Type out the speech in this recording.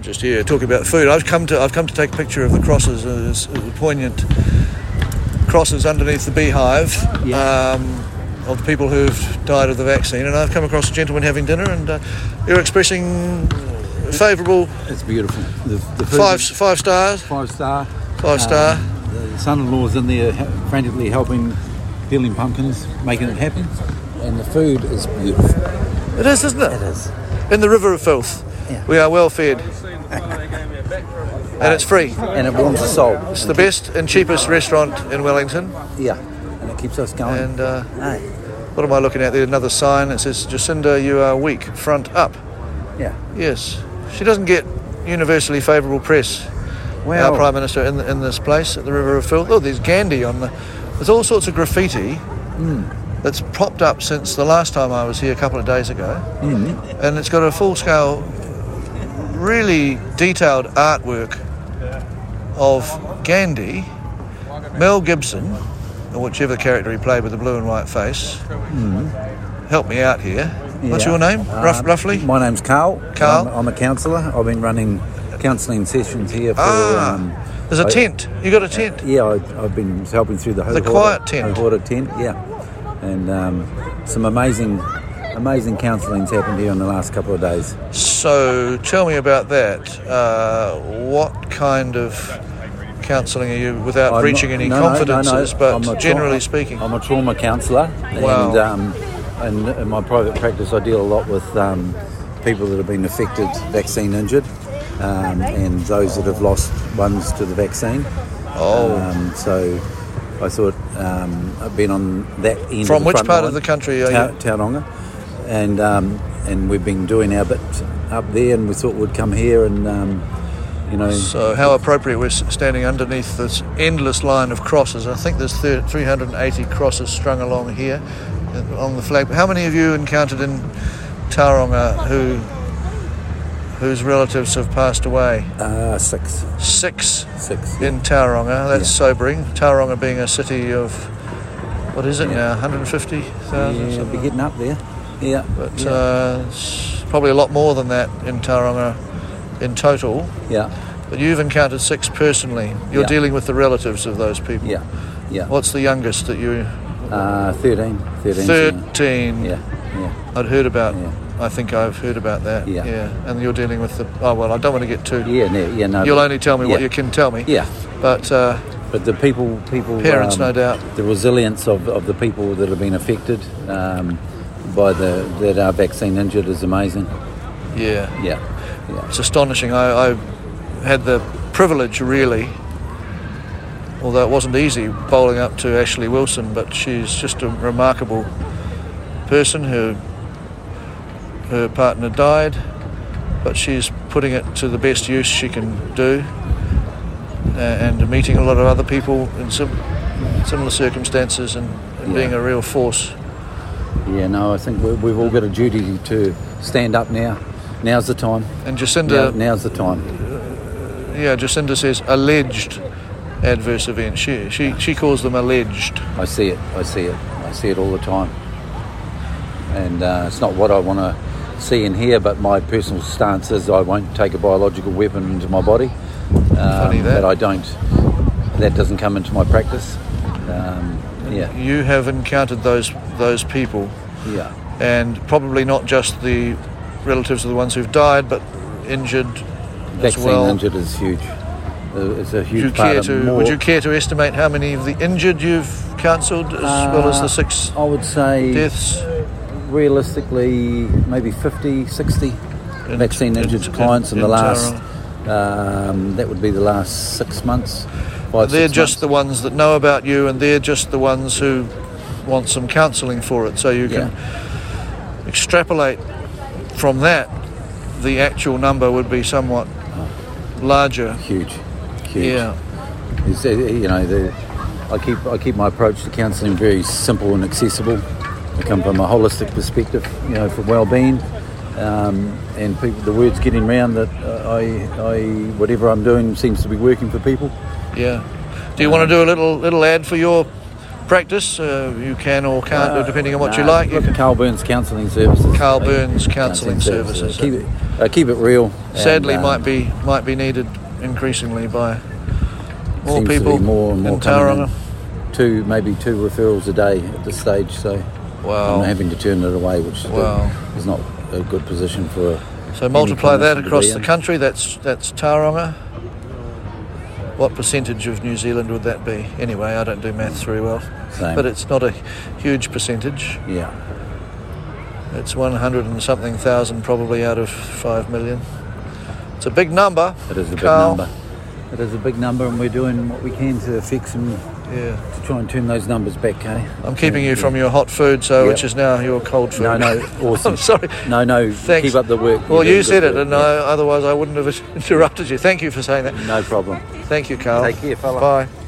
just here talking about food. I've come to I've come to take a picture of the crosses, uh, this- the poignant crosses underneath the beehive Yeah. um, of the people who've died of the vaccine. And I've come across a gentleman having dinner, and uh, you're expressing favourable It's beautiful. The, the food five is five stars. five star. Five star. the son-in-law's in there he- frantically helping, peeling pumpkins, making it happen, and the food is beautiful. It is, isn't it? is. In the river of filth, Yeah. we are well fed, and it's free. And it warms the soul. It's the best and cheapest restaurant in Wellington. Yeah, and it keeps us going. And uh, Hey, what am I looking at there? Another sign that says, Jacinda, you are weak, front up. yeah. Yes. She doesn't get universally favourable press, Well- our Prime Minister, in, in this place at the River of Filth. Oh, there's Gandhi on the. There's all sorts of graffiti Hmm. that's propped up since the last time I was here a couple of days ago. And it's got a full scale, really detailed artwork of Gandhi, Mel Gibson, or whichever character he played with the blue and white face. Help me out here. What's Hmm. Yeah. your name, rough, Uh, roughly? My name's Carl. Carl. I'm, I'm a counsellor. I've been running counselling sessions here for. Ah, Um, there's a I- tent. You got a tent. yeah, I, I've been helping through the The Hohorda- quiet tent. Hohorda tent, yeah, and um, some amazing, amazing counselling's happened here in the last couple of days. So tell me about that. Uh, what kind of counselling are you, without I'm breaching not- any no, no, no, no, confidences, I'm a but trauma- generally speaking? I'm a trauma counsellor, Wow. and um, and in my private practice, I deal a lot with um, people that have been affected, vaccine injured, um, and those that have lost ones to the vaccine. Oh. um, so. I thought um, I've been on that end. From of the which front part of line, the country are Ta- you? Tauranga, and um, and we've been doing our bit up there, and we thought we'd come here and um, you know so how appropriate we're s- standing underneath this endless line of crosses. I think there's thir- 380 crosses strung along here uh, on the flag. How many of you encountered in Tauranga who whose relatives have passed away? uh, six Six six. in Tauranga. That's sobering. Tauranga being a city of what is it now, 150,000. Yeah, be something. getting up there. Yeah, But yeah. uh, it's probably a lot more than that in Tauranga in total. yeah, But you've encountered six personally. You're Yeah. dealing with the relatives of those people. yeah, yeah. What's the youngest that you? Uh, 13, 13. 's, Thirteen. Yeah, yeah, I'd heard about. Yeah. I think I've heard about that. Yeah. And you're dealing with the. Oh well, I don't want to get too. yeah, yeah. No, yeah no, You'll but- only tell me what yeah, you can tell me. Yeah, But uh, but the people, people, Parents, um, no doubt. the resilience of, of the people that have been affected um, by the that are vaccine injured is amazing. yeah. Yeah, yeah, It's astonishing. I, I had the privilege, really, although it wasn't easy, bowling up to Ashley Wilson, but she's just a remarkable person. Her, her partner died, but she's putting it to the best use she can do a- and meeting a lot of other people in sim- similar circumstances and, and Yeah. being a real force. yeah. No, I think we, we've all got a duty to stand up now. Now's the time. And uh, Now, Jacinda, now's the time. yeah, Jacinda says alleged adverse events. She, she, she calls them alleged. I see it. I see it. I see it all the time. And uh, it's not what I want to see and hear, but my personal stance is I won't take a biological weapon into my body. Um, Funny that. But I don't. That doesn't come into my practice. Um, yeah. You have encountered those those people, Yeah. and probably not just the relatives of the ones who've died, but injured as Vaccine well. injured is huge. Uh, It's a Would huge you part care of to more- Would you care to estimate how many of the injured you've counselled, as well as Uh, the six I would say deaths? realistically maybe 50, 60 In- vaccine in- injured in- clients in, in the last, um, that would be the last six months. Five, They're six just months. the ones that know about you, and they're just the ones who want some counselling for it. So you can extrapolate from that. The actual number would be somewhat larger. huge, huge. Yeah. It's, uh, you know, the, I keep I keep my approach to counselling very simple and accessible. I come from a holistic perspective, you know, for well-being, um, and people, the word's getting round that uh, I, I whatever I'm doing seems to be working for people. Um, Yeah. Do you want to do a little little ad for your practice. Uh, you can or can't, do depending on what you Nah, like. You Uh, look at can, Carl Burns Counselling Services. Carl They- Burns Counselling Services. Keep it, uh, keep it real. and, sadly, um, might be might be needed increasingly by more seems to be people more and more in coming in. Tauranga. Two, maybe two referrals a day at this stage. So Wow. I'm having to turn it away, which is- Wow. is not a good position for. So any multiply that clinician to across be the in. country. That's that's Tauranga. What percentage of New Zealand would that be? Anyway, I don't do maths very well, Same. but it's not a huge percentage. Yeah, It's 100 and something thousand, probably out of five million. It's a big number. it is a big Carl. number. It is a big number, and we're doing what we can to fix and Yeah, to try and turn those numbers back. eh? Hey, I'm keeping you from your hot food, so Yep. which is now your cold food. No, no, awesome. I'm sorry. No, no, Thanks. keep up the work. Well, You're you doing said good it, work, and I, otherwise I wouldn't have interrupted you. Thank you for saying that. No problem. Thank you, Carl. Take care, fella. Bye.